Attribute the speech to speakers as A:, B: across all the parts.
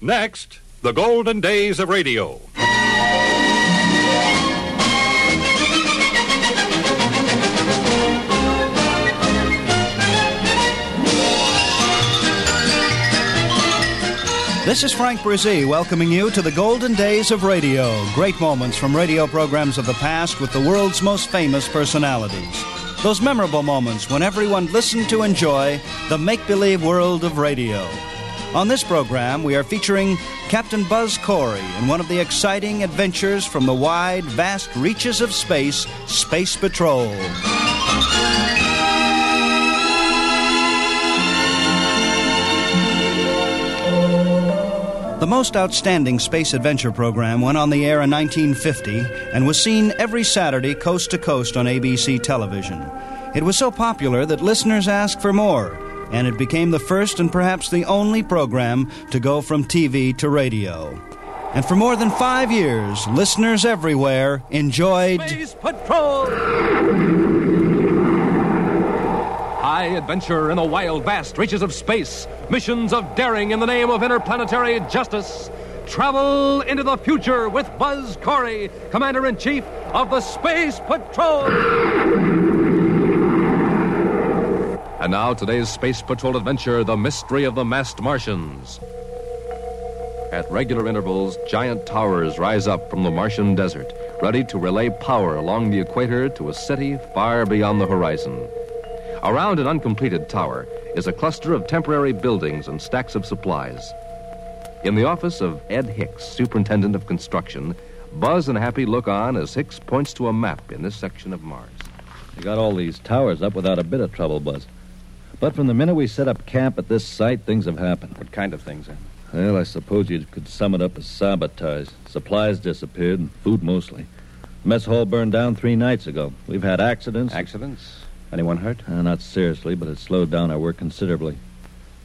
A: Next, the golden days of radio.
B: This is Frank Brzee welcoming you to the golden days of radio. Great moments from radio programs of the past with the world's most famous personalities. Those memorable moments when everyone listened to enjoy the make believe world of radio. On this program, we are featuring Captain Buzz Corey in one of the exciting adventures from the wide, vast reaches of space, Space Patrol. The most outstanding space adventure program went on the air in 1950 and was seen every Saturday coast to coast on ABC television. It was so popular that listeners asked for more, and it became the first and perhaps the only program to go from TV to radio. And for more than five years, listeners everywhere enjoyed.
C: Space Patrol! High adventure in the wild, vast reaches of space. Missions of daring in the name of interplanetary justice. Travel into the future with Buzz Corey, Commander in Chief of the Space Patrol. And now, today's Space Patrol adventure The Mystery of the Masked Martians. At regular intervals, giant towers rise up from the Martian desert, ready to relay power along the equator to a city far beyond the horizon. Around an uncompleted tower is a cluster of temporary buildings and stacks of supplies. In the office of Ed Hicks, Superintendent of Construction, Buzz and Happy look on as Hicks points to a map in this section of Mars.
D: We got all these towers up without a bit of trouble, Buzz. But from the minute we set up camp at this site, things have happened.
E: What kind of things, eh? huh?
D: Well, I suppose you could sum it up as sabotage. Supplies disappeared, and food mostly. Mess hall burned down three nights ago. We've had accidents.
E: Accidents? Anyone hurt?
D: Uh, not seriously, but it slowed down our work considerably.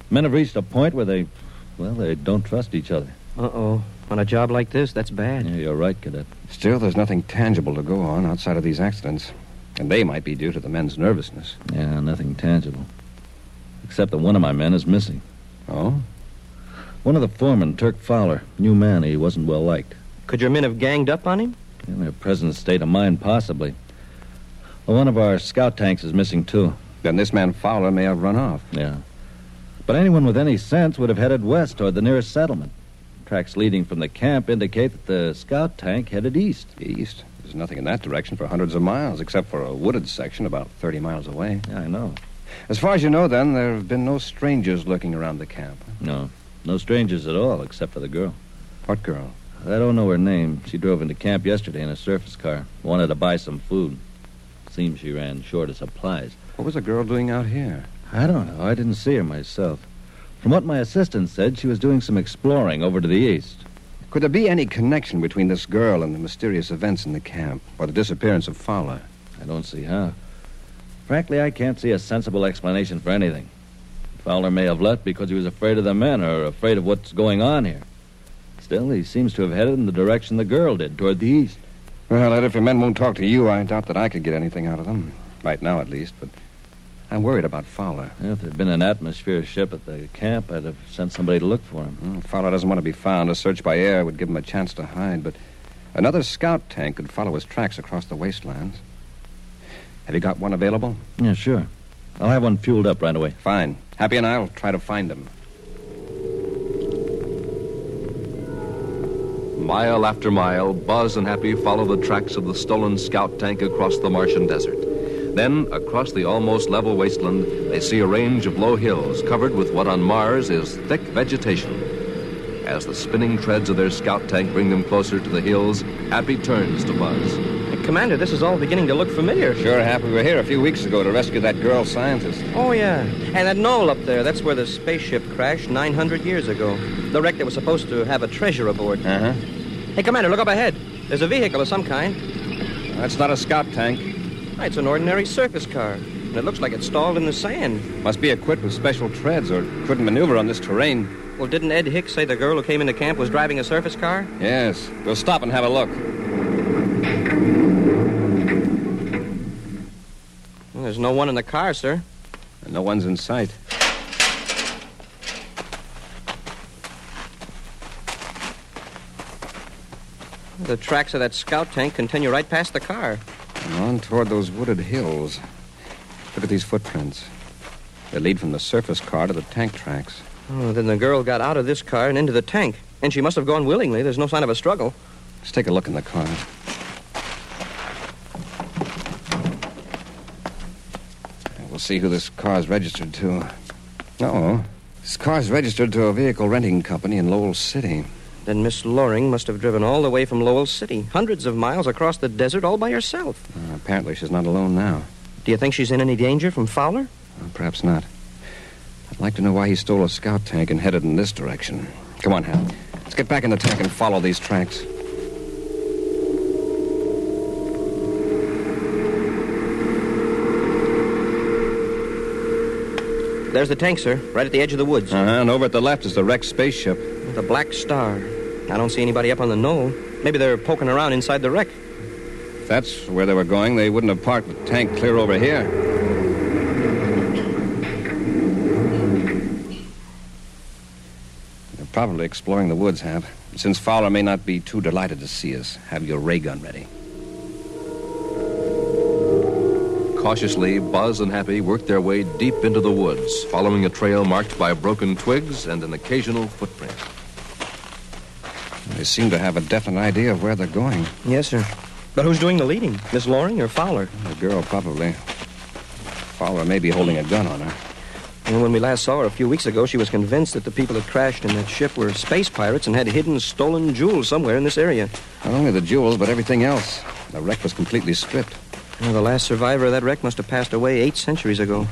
D: Men have reached a point where they, well, they don't trust each other.
F: Uh oh. On a job like this, that's bad.
D: Yeah, you're right, Cadet.
E: Still, there's nothing tangible to go on outside of these accidents. And they might be due to the men's nervousness.
D: Yeah, nothing tangible. Except that one of my men is missing.
E: Oh?
D: One of the foremen, Turk Fowler, new man, he wasn't well liked.
F: Could your men have ganged up on him?
D: In their present state of mind, possibly. Well, one of our scout tanks is missing, too.
E: Then this man Fowler may have run off.
D: Yeah. But anyone with any sense would have headed west toward the nearest settlement. Tracks leading from the camp indicate that the scout tank headed east.
E: East? There's nothing in that direction for hundreds of miles, except for a wooded section about 30 miles away.
D: Yeah, I know.
E: As far as you know, then, there have been no strangers lurking around the camp.
D: No. No strangers at all, except for the girl.
E: What girl?
D: I don't know her name. She drove into camp yesterday in a surface car. Wanted to buy some food. Seems she ran short of supplies.
E: What was the girl doing out here?
D: I don't know. I didn't see her myself. From what my assistant said, she was doing some exploring over to the east.
E: Could there be any connection between this girl and the mysterious events in the camp, or the disappearance of Fowler?
D: I don't see how. Frankly, I can't see a sensible explanation for anything. Fowler may have left because he was afraid of the men or afraid of what's going on here. Still, he seems to have headed in the direction the girl did, toward the east.
E: Well, Ed, if your men won't talk to you, I doubt that I could get anything out of them. Right now, at least, but I'm worried about Fowler.
D: If there'd been an atmosphere ship at the camp, I'd have sent somebody to look for him.
E: Well, Fowler doesn't want to be found. A search by air would give him a chance to hide, but another scout tank could follow his tracks across the wastelands. Have you got one available?
D: Hmm? Yeah, sure. I'll have one fueled up right away.
E: Fine. Happy and I'll try to find him.
C: Mile after mile, Buzz and Happy follow the tracks of the stolen scout tank across the Martian desert. Then, across the almost level wasteland, they see a range of low hills covered with what on Mars is thick vegetation. As the spinning treads of their scout tank bring them closer to the hills, Happy turns to Buzz.
F: Hey, Commander, this is all beginning to look familiar.
E: Sure, Happy. We were here a few weeks ago to rescue that girl scientist.
F: Oh, yeah. And that knoll up there, that's where the spaceship crashed 900 years ago. The wreck that was supposed to have a treasure aboard.
E: Uh huh.
F: Hey, Commander, look up ahead. There's a vehicle of some kind.
E: That's not a scout tank.
F: Why, It's an ordinary surface car. And it looks like it's stalled in the sand.
E: Must be equipped with special treads or it couldn't maneuver on this terrain.
F: Well, didn't Ed Hicks say the girl who came into camp was driving a surface car?
E: Yes. We'll stop and have a look.
F: Well, there's no one in the car, sir.
E: And no one's in sight.
F: The tracks of that scout tank continue right past the car.
C: And on toward those wooded hills. Look at these footprints. They lead from the surface car to the tank tracks.
F: Oh, then the girl got out of this car and into the tank. And she must have gone willingly. There's no sign of a struggle.
C: Let's take a look in the car. And We'll see who this car's registered to. Oh, this car's registered to a vehicle renting company in Lowell City.
F: Then Miss Loring must have driven all the way from Lowell City, hundreds of miles across the desert all by herself.
C: Uh, apparently, she's not alone now.
F: Do you think she's in any danger from Fowler?
C: Well, perhaps not. I'd like to know why he stole a scout tank and headed in this direction. Come on, Hal. Let's get back in the tank and follow these tracks.
F: There's the tank, sir, right at the edge of the woods.
C: Uh-huh, and over at the left is the wrecked spaceship.
F: The Black Star. I don't see anybody up on the knoll. Maybe they're poking around inside the wreck.
C: If that's where they were going, they wouldn't have parked the tank clear over here. They're probably exploring the woods, Hap. Since Fowler may not be too delighted to see us, have your ray gun ready.
G: Cautiously, Buzz and Happy worked their way deep into the woods, following a trail marked by broken twigs and an occasional footprint.
C: They seem to have a definite idea of where they're going.
F: Yes, sir. But who's doing the leading? Miss Loring or Fowler?
C: The girl, probably. Fowler may be holding a gun on her.
F: And when we last saw her a few weeks ago, she was convinced that the people that crashed in that ship were space pirates and had hidden stolen jewels somewhere in this area.
C: Not only the jewels, but everything else. The wreck was completely stripped.
F: Well, the last survivor of that wreck must have passed away eight centuries ago.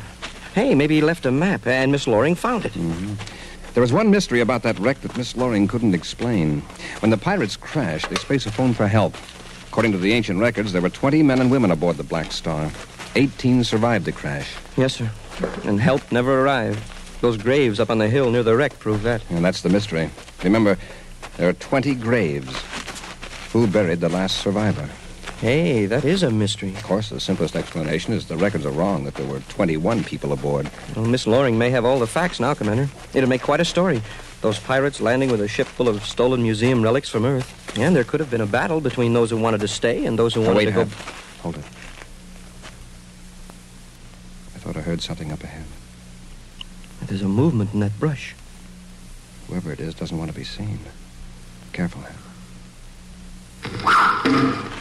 F: Hey, maybe he left a map, and Miss Loring found it.
C: There was one mystery about that wreck that Miss Loring couldn't explain. When the pirates crashed, they spacophoned for help. According to the ancient records, there were 20 men and women aboard the Black Star. 18 survived the crash,
F: Yes, sir. And help never arrived. Those graves up on the hill near the wreck prove that.
C: and that's the mystery. Remember, there are 20 graves. Who buried the last survivor?
F: Hey, that is a mystery.
C: Of course, the simplest explanation is the records are wrong, that there were 21 people aboard.
F: Well, Miss Loring may have all the facts now, Commander. It'll make quite a story. Those pirates landing with a ship full of stolen museum relics from Earth. And there could have been a battle between those who wanted to stay and those who
C: Now,
F: wanted
C: wait,
F: to go.
C: Hap. Hold it. I thought I heard something up ahead.
F: There's a movement in that brush.
C: Whoever it is doesn't want to be seen. Careful, Hap.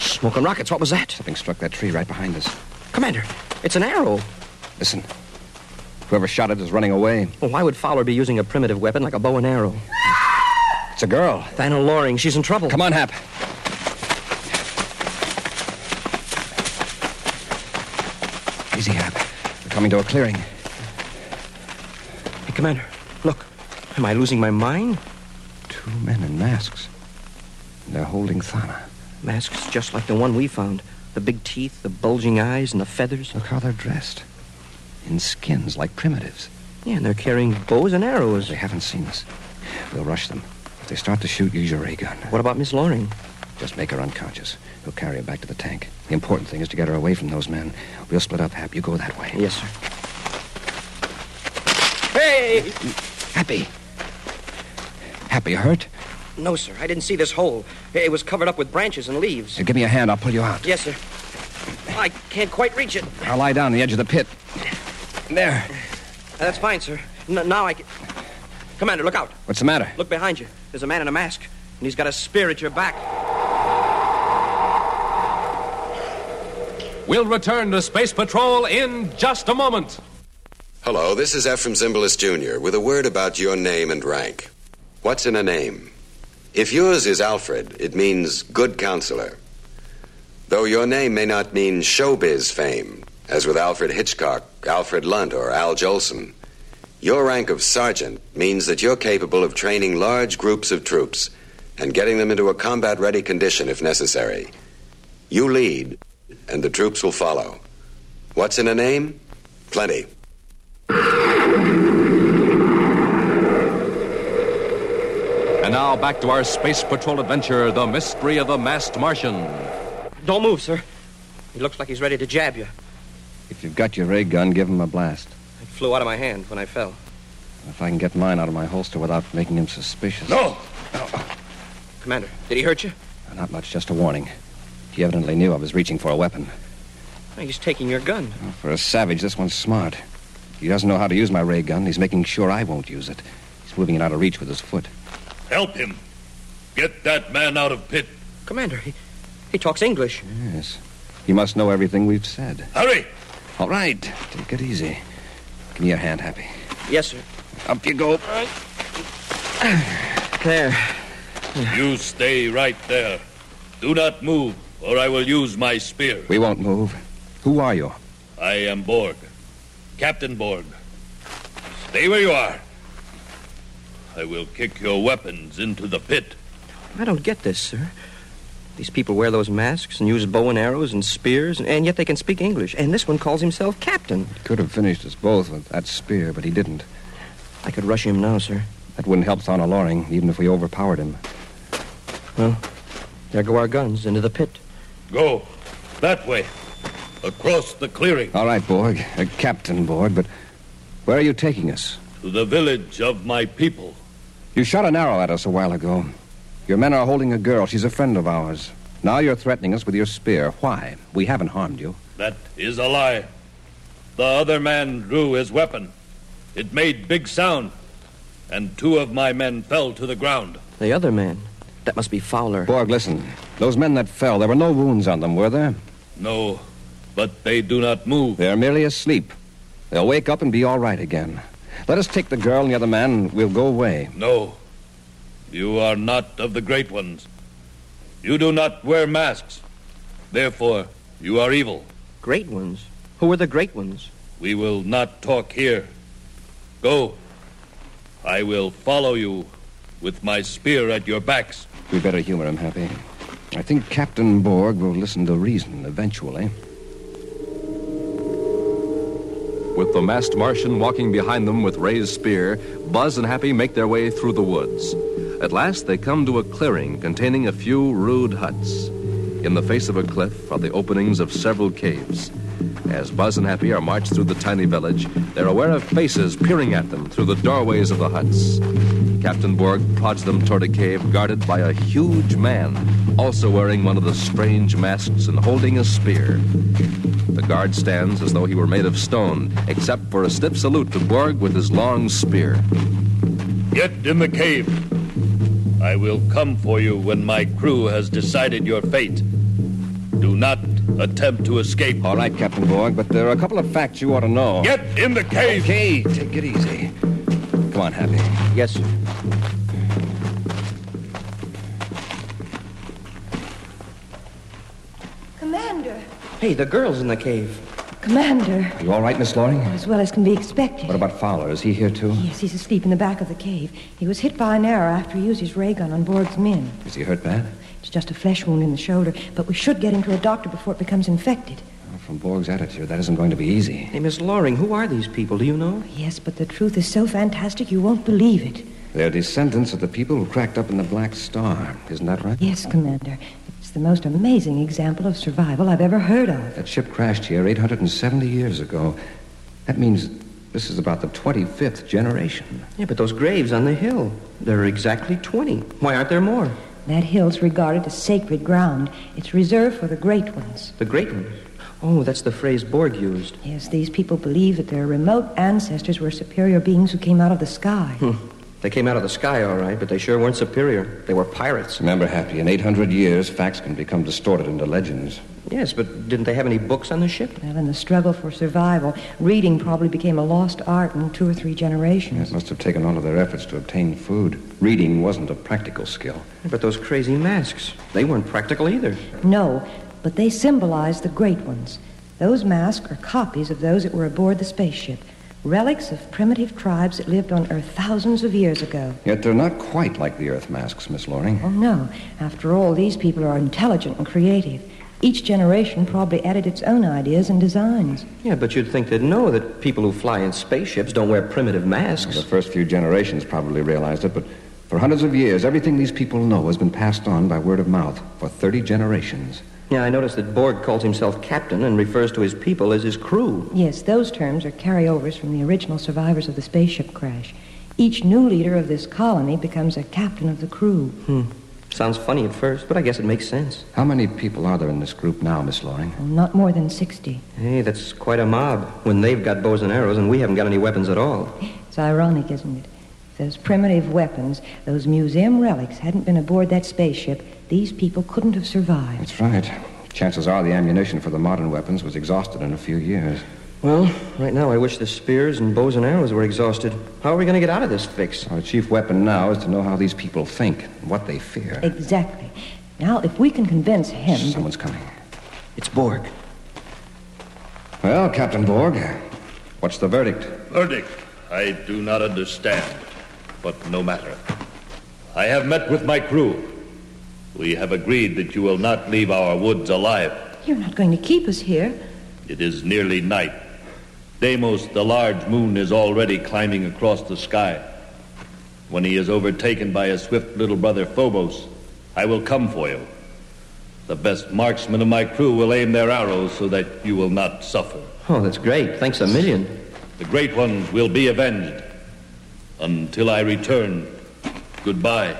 F: Smoke and rockets, what was that?
C: Something struck that tree right behind us.
F: Commander, it's an arrow.
C: Listen. Whoever shot it is running away.
F: Well, why would Fowler be using a primitive weapon like a bow and arrow?
C: It's a girl.
F: Vanna Loring, she's in trouble.
C: Come on, Hap. Easy, Hap. We're coming to a clearing.
F: Hey, Commander, look. Am I losing my mind?
C: Two men in masks. And they're holding Thana.
F: Masks just like the one we found. The big teeth, the bulging eyes, and the feathers.
C: Look how they're dressed. In skins like primitives.
F: Yeah, and they're carrying bows and arrows.
C: They haven't seen us. We'll rush them. If they start to shoot, use your ray gun.
F: What about Miss Loring?
C: Just make her unconscious. We'll carry her back to the tank. The important thing is to get her away from those men. We'll split up, Hap. You go that way.
F: Yes, sir. Hey!
C: Happy. Happy hurt?
F: No, sir. I didn't see this hole. It was covered up with branches and leaves.
C: Hey, give me a hand. I'll pull you out.
F: Yes, sir. I can't quite reach it. Uh,
C: I'll lie down on the edge of the pit. There.
F: That's fine, sir. N- now I can. Commander, look out.
C: What's the matter?
F: Look behind you. There's a man in a mask, and he's got a spear at your back.
G: We'll return to Space Patrol in just a moment.
E: Hello, this is Ephraim Zimbalist Jr. with a word about your name and rank. What's in a name? If yours is Alfred, it means good counselor. Though your name may not mean showbiz fame, as with Alfred Hitchcock, Alfred Lunt, or Al Jolson, your rank of sergeant means that you're capable of training large groups of troops and getting them into a combat ready condition if necessary. You lead, and the troops will follow. What's in a name? Plenty.
G: And now back to our Space Patrol adventure The Mystery of the Masked Martian.
F: Don't move, sir. He looks like he's ready to jab you.
C: If you've got your ray gun, give him a blast.
F: It flew out of my hand when I fell.
C: If I can get mine out of my holster without making him suspicious.
F: Commander, did he hurt you?
E: Not much, just a warning. He evidently knew I was reaching for a weapon.
F: Oh, He's taking your gun.
E: For a savage, this one's smart. He doesn't know how to use my ray gun. He's making sure I won't use it. He's moving it out of reach with his foot.
H: Help him. Get that man out of pit.
F: Commander, he, he talks English.
E: Yes. He must know everything we've said.
H: Hurry.
E: All right. Take it easy. Give me your hand, Happy.
F: Yes, sir.
E: Up you go.
F: There.
H: You stay right there. Do not move, or I will use my spear.
E: We won't move. Who are you?
H: I am Borg. Captain Borg. Stay where you are. I will kick your weapons into the pit.
F: I don't get this, sir. These people wear those masks and use bow and arrows and spears, and, and yet they can speak English. And this one calls himself Captain.
E: Could have finished us both with that spear, but he didn't.
F: I could rush him now, sir.
E: That wouldn't help Thana Loring, even if we overpowered him.
F: There go our guns into the pit.
H: Go. That way. Across the clearing.
E: All right, Borg. Uh, Captain Borg, but where are you taking us?
H: To the village of my people.
E: You shot an arrow at us a while ago. Your men are holding a girl. She's a friend of ours. Now you're threatening us with your spear. Why? We haven't harmed you.
H: That is a lie. The other man drew his weapon. It made big sound, and two of my men fell to the ground.
F: The other man. That must be Fowler.
E: Borg, listen. Those men that fell, there were no wounds on them, were there?
H: No, but they do not move.
E: They're merely asleep. They'll wake up and be all right again. Let us take the girl and the other man, and we'll go away.
H: No. You are not of the great ones. You do not wear masks. Therefore, you are evil.
F: Great ones. Who are the great ones?
H: We will not talk here. Go. I will follow you with my spear at your backs.
E: We better humor him, Happy. I think Captain Borg will listen to reason eventually.
C: With the masked Martian walking behind them with Ray's spear, Buzz and Happy make their way through the woods. At last, they come to a clearing containing a few rude huts. In the face of a cliff are the openings of several caves. As Buzz and Happy are marched through the tiny village, they're aware of faces peering at them through the doorways of the huts. Captain Borg prods them toward a cave guarded by a huge man, also wearing one of the strange masks and holding a spear. The guard stands as though he were made of stone, except for a stiff salute to Borg with his long spear.
H: Get in the cave. I will come for you when my crew has decided your fate. Do not attempt to escape.
E: All right, Captain Borg, but there are a couple of facts you ought to know.
H: Get in the cave.
E: Okay, take it easy. Come on, Happy.
F: Yes, sir.
I: Commander!
F: Hey, the girl's in the cave.
I: Commander!
E: You all right, Miss Loring?
I: As well as can be expected.
E: What about Fowler? Is he here too?
I: Yes, he's asleep in the back of the cave. He was hit by an arrow after he used his ray gun on Borg's men.
E: Is he hurt bad?
I: It's just a flesh wound in the shoulder, but we should get him to a doctor before it becomes infected.
E: From Borg's attitude, that isn't going to be easy.
F: Hey, Miss Loring, who are these people? Do you know?
I: Yes, but the truth is so fantastic you won't believe it.
E: They're descendants of the people who cracked up in the Black Star. Isn't that right?
I: Yes, Commander. It's the most amazing example of survival I've ever heard of.
E: That ship crashed here 870 years ago. That means this is about the 25th generation.
F: Yeah, but those graves on the hill. There are exactly 20. Why aren't there more?
I: That hill's regarded as sacred ground. It's reserved for the great ones.
F: The great ones. Oh, that's the phrase Borg used.
I: Yes, these people believe that their remote ancestors were superior beings who came out of the sky.
F: They came out of the sky, all right, but they sure weren't superior. They were pirates.
E: Remember, Happy, in 800 years, facts can become distorted into legends.
F: Yes, but didn't they have any books on the ship?
I: Well, in the struggle for survival, reading probably became a lost art in two or three generations.
E: It must have taken all of their efforts to obtain food. Reading wasn't a practical skill.
F: But those crazy masks, they weren't practical either.
I: No, but they symbolize the great ones. Those masks are copies of those that were aboard the spaceship, relics of primitive tribes that lived on Earth thousands of years ago.
E: Yet they're not quite like the Earth masks, Miss Loring.
I: Oh, no. After all, these people are intelligent and creative. Each generation probably added its own ideas and designs.
F: Yeah, but you'd think they'd know that people who fly in spaceships don't wear primitive
E: The
F: masks.
E: first few generations probably realized it, but for hundreds of years, everything these people know has been passed on by word of mouth for 30 generations.
F: Yeah, I noticed that Borg calls himself captain and refers to his people as his crew.
I: Yes, those terms are carryovers from the original survivors of the spaceship crash. Each new leader of this colony becomes a captain of the crew.
F: Sounds funny at first, but I guess it makes sense.
E: How many people are there in this group now, Miss Loring?
I: Well, not more than 60.
F: Hey, that's quite a mob when they've got bows and arrows and we haven't got any weapons at all.
I: It's ironic, isn't it? If those primitive weapons, those museum relics, hadn't been aboard that spaceship, these people couldn't have survived.
E: That's right. Chances are the ammunition for the modern weapons was exhausted in a few years.
F: Well, right now I wish the spears and bows and arrows were exhausted. How are we going to get out of this fix?
E: Our chief weapon now is to know how these people think and what they fear.
I: Exactly. Now, if we can convince him. that-
E: Someone's coming.
F: It's Borg.
E: Well, Captain Borg, what's the verdict?
H: Verdict, I do not understand, but no matter. I have met with my crew. We have agreed that you will not leave our woods alive.
I: You're not going to keep us here.
H: It is nearly night. Deimos, the large moon, is already climbing across the sky. When he is overtaken by his swift little brother Phobos, I will come for you. The best marksmen of my crew will aim their arrows so that you will not suffer.
F: Oh, that's great. Thanks a million.
H: The great ones will be avenged. Until I return, goodbye.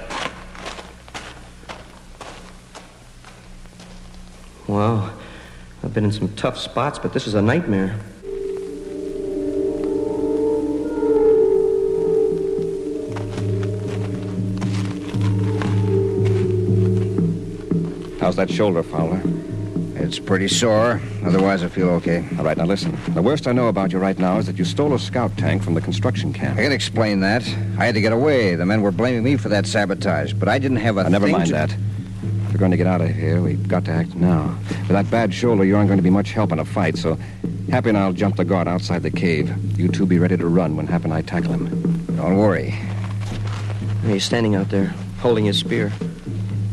F: Wow. I've been in some tough spots, but this is a nightmare.
E: How's that shoulder, Fowler?
J: It's pretty sore. Otherwise, I feel okay.
E: All right, now listen. The worst I know about you right now is that you stole a scout tank from the construction
J: I
E: camp.
J: can explain that. I had to get away. The men were blaming me for that sabotage, but I didn't have a.
E: Uh, never
J: thing
E: mind
J: to-
E: that. If you're going to get out of here, we've got to act now. With that bad shoulder, you aren't going to be much help in a fight, so Happy and I'll jump the guard outside the cave. You two be ready to run when Happy and I tackle him.
J: Don't worry.
F: He's standing out there, holding his spear.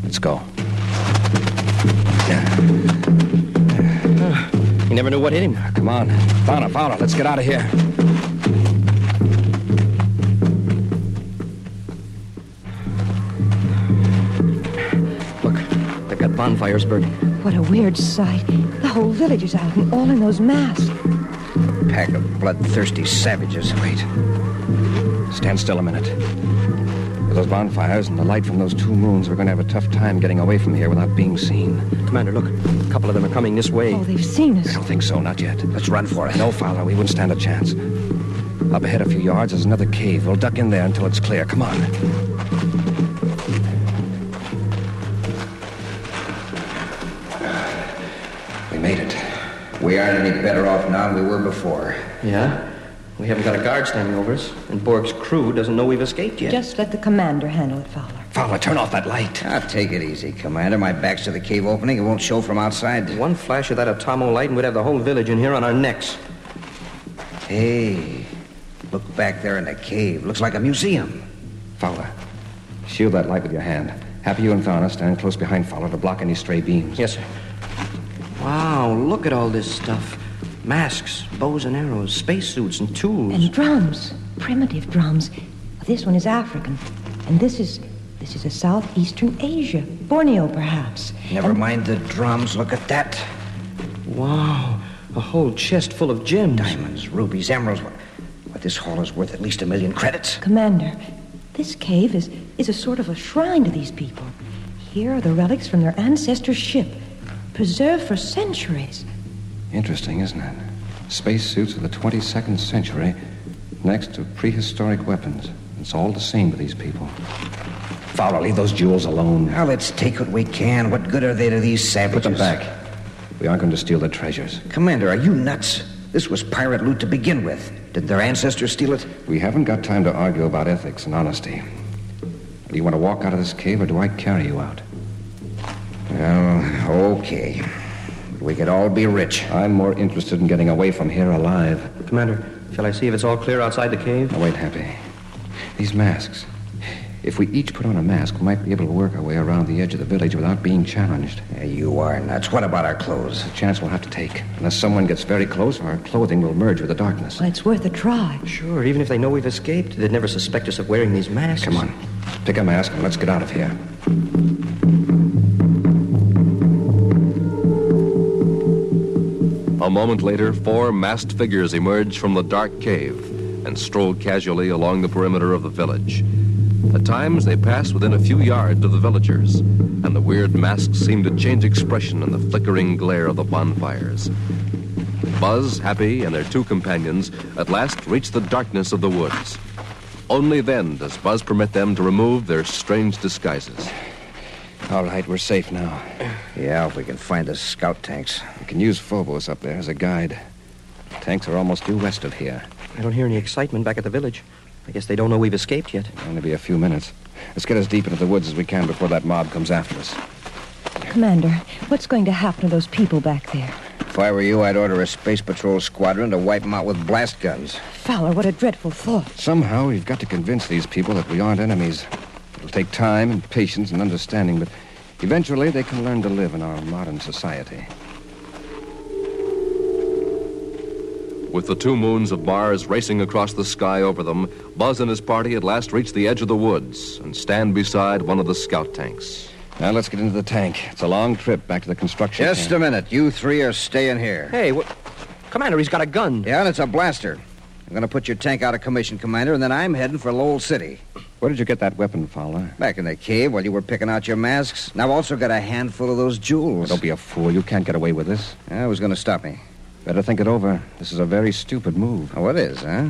E: Let's go.
F: You never knew what hit him.
E: Come on. Fowler, Fowler, let's get out of here.
F: Look, they've got bonfires burning.
I: What a weird sight. The whole village is out and all in those masks.
J: Pack of bloodthirsty savages. Wait.
E: Stand still a minute. With those bonfires and the light from those two moons, we're going to have a tough time getting away from here without being seen.
F: Commander, look. A couple of them are coming this way.
I: Oh, they've seen
E: I
I: us.
E: don't think so, not yet. Let's run for it. No, Fowler, we wouldn't stand a chance. Up ahead a few yards is another cave. We'll duck in there until it's clear. Come on. We made it.
J: We aren't any better off now than we were before.
F: Yeah? We haven't got a guard standing over us, and Borg's crew doesn't know we've escaped yet.
I: Just let the commander handle it, Fowler.
E: Fowler, turn off that light.
J: Now, Ah, take it easy, Commander. My back's to the cave opening. It won't show from outside.
F: One flash of that atomo light, and we'd have the whole village in here on our necks.
J: Hey, look back there in the cave. Looks like a museum.
E: Fowler, shield that light with your hand. Happy, you and Fowler stand close behind Fowler to block any stray beams.
F: Yes, sir. Wow, look at all this stuff masks, bows and arrows, spacesuits, and tools.
I: And drums. Primitive drums. This one is African. And this is. This is a Southeastern Asia. Borneo, perhaps.
J: Never mind the drums. Look at that.
F: Wow, a whole chest full of gems.
J: Diamonds, rubies, emeralds. What, what this hall is worth at least a million credits.
I: Commander, this cave is, is a sort of a shrine to these people. Here are the relics from their ancestors' ship, preserved for centuries.
E: Interesting, isn't it? Spacesuits of the 22nd century next to prehistoric weapons. It's all the same to these people. Fowler, leave those jewels alone.
J: Now let's take what we can. What good are they to these savages?
E: Put them back. We aren't going to steal their treasures.
J: Commander, are you nuts? This was pirate loot to begin with. Did their ancestors steal it?
E: We haven't got time to argue about ethics and honesty. Do you want to walk out of this cave or do I carry you out?
J: Well, okay. We could all be rich.
E: I'm more interested in getting away from here alive.
F: Commander, shall I see if it's all clear outside the cave?
E: Now, wait, Happy. These masks. If we each put on a mask, we might be able to work our way around the edge of the village without being challenged.
J: Yeah, you are nuts. What about our clothes?
E: The chance we'll have to take. Unless someone gets very close, our clothing will merge with the darkness.
I: Well, it's worth a try.
F: Sure, even if they know we've escaped, they'd never suspect us of wearing these masks.
E: Come on, pick a mask and let's get out of here.
C: A moment later, four masked figures emerged from the dark cave and strolled casually along the perimeter of the village. At times, they passed within a few yards of the villagers, and the weird masks seemed to change expression in the flickering glare of the bonfires. Buzz, Happy, and their two companions at last reach the darkness of the woods. Only then does Buzz permit them to remove their strange disguises.
E: All right, we're safe now.
J: Yeah, if we can find the scout tanks.
E: We can use Phobos up there as a guide. Tanks are almost due west of here.
F: I don't hear any excitement back at the village. I guess they don't know we've escaped yet.
E: Only be a few minutes. Let's get as deep into the woods as we can before that mob comes after us.
I: Commander, what's going to happen to those people back there?
J: If I were you, I'd order a space patrol squadron to wipe them out with blast guns.
I: Fowler, what a dreadful thought.
E: Somehow, we've got to convince these people that we aren't enemies. It'll take time and patience and understanding, but eventually they can learn to live in our modern society.
C: With the two moons of Mars racing across the sky over them, Buzz and his party at last reach the edge of the woods and stand beside one of the scout tanks.
E: Now, let's get into the tank. It's a long trip back to the construction
J: Just
E: camp.
J: a minute. You three are staying here.
F: Hey, what? Commander, he's got a gun.
J: Yeah, and it's a blaster. I'm going to put your tank out of commission, Commander, and then I'm heading for Lowell City.
E: Where did you get that weapon, Fowler?
J: Back in the cave while you were picking out your masks. And I've also got a handful of those jewels.
E: Don't be a fool. You can't get away with this.
J: Yeah, who's going to stop me?
E: Better think it over. This is a very stupid move.
J: Oh, it is, huh?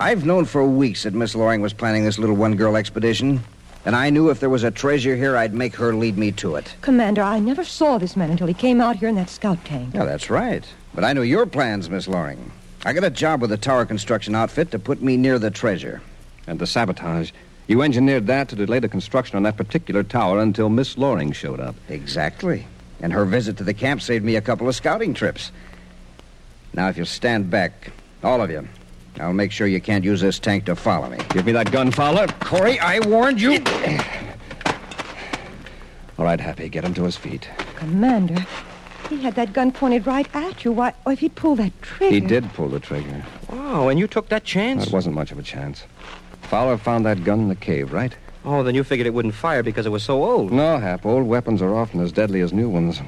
J: I've known for weeks that Miss Loring was planning this little one girl expedition. And I knew if there was a treasure here, I'd make her lead me to it.
I: Commander, I never saw this man until he came out here in that scout tank.
J: Yeah, that's right. But I knew your plans, Miss Loring. I got a job with the tower construction outfit to put me near the treasure.
E: And the sabotage. You engineered that to delay the construction on that particular tower until Miss Loring showed up.
J: Exactly. And her visit to the camp saved me a couple of scouting trips. Now, if you'll stand back, all of you, I'll make sure you can't use this tank to follow me.
E: Give me that gun, Fowler.
J: Corey, I warned you.
E: All right, Happy, get him to his feet.
I: Commander, he had that gun pointed right at you. Why, oh, if he'd pulled that trigger.
E: He did pull the trigger.
F: Wow, Oh, and you took that chance?
E: That wasn't much of a chance. Fowler found that gun in the cave, right?
F: Oh, then you figured it wouldn't fire because it was so old.
E: No, Hap. Old weapons are often as deadly as new ones.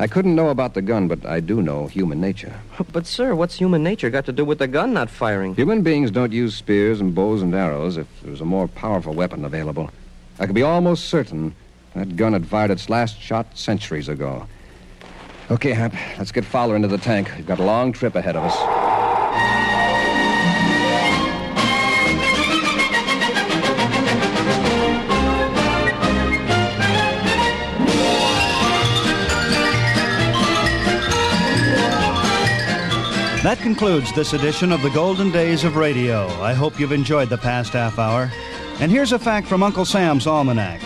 E: I couldn't know about the gun, but I do know human nature.
F: But, sir, what's human nature got to do with the gun not firing?
E: Human beings don't use spears and bows and arrows if there's a more powerful weapon available. I could be almost certain that gun had fired its last shot centuries ago. Okay, Hap, let's get Fowler into the tank. We've got a long trip ahead of us.
B: That concludes this edition of the Golden Days of Radio. I hope you've enjoyed the past half hour. And here's a fact from Uncle Sam's Almanac.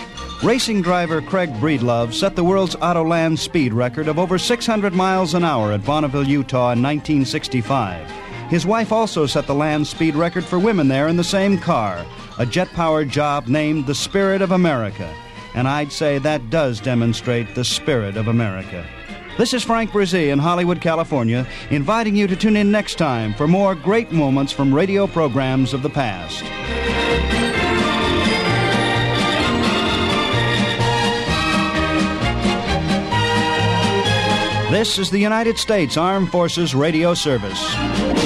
B: Racing driver Craig Breedlove set the world's Autoland speed record of over 600 miles an hour at Bonneville, Utah in 1965. His wife also set the land speed record for women there in the same car, a jet powered job named the Spirit of America. And I'd say that does demonstrate the spirit of America. This is Frank Brzee in Hollywood, California, inviting you to tune in next time for more great moments from radio programs of the past. This is the United States Armed Forces Radio Service.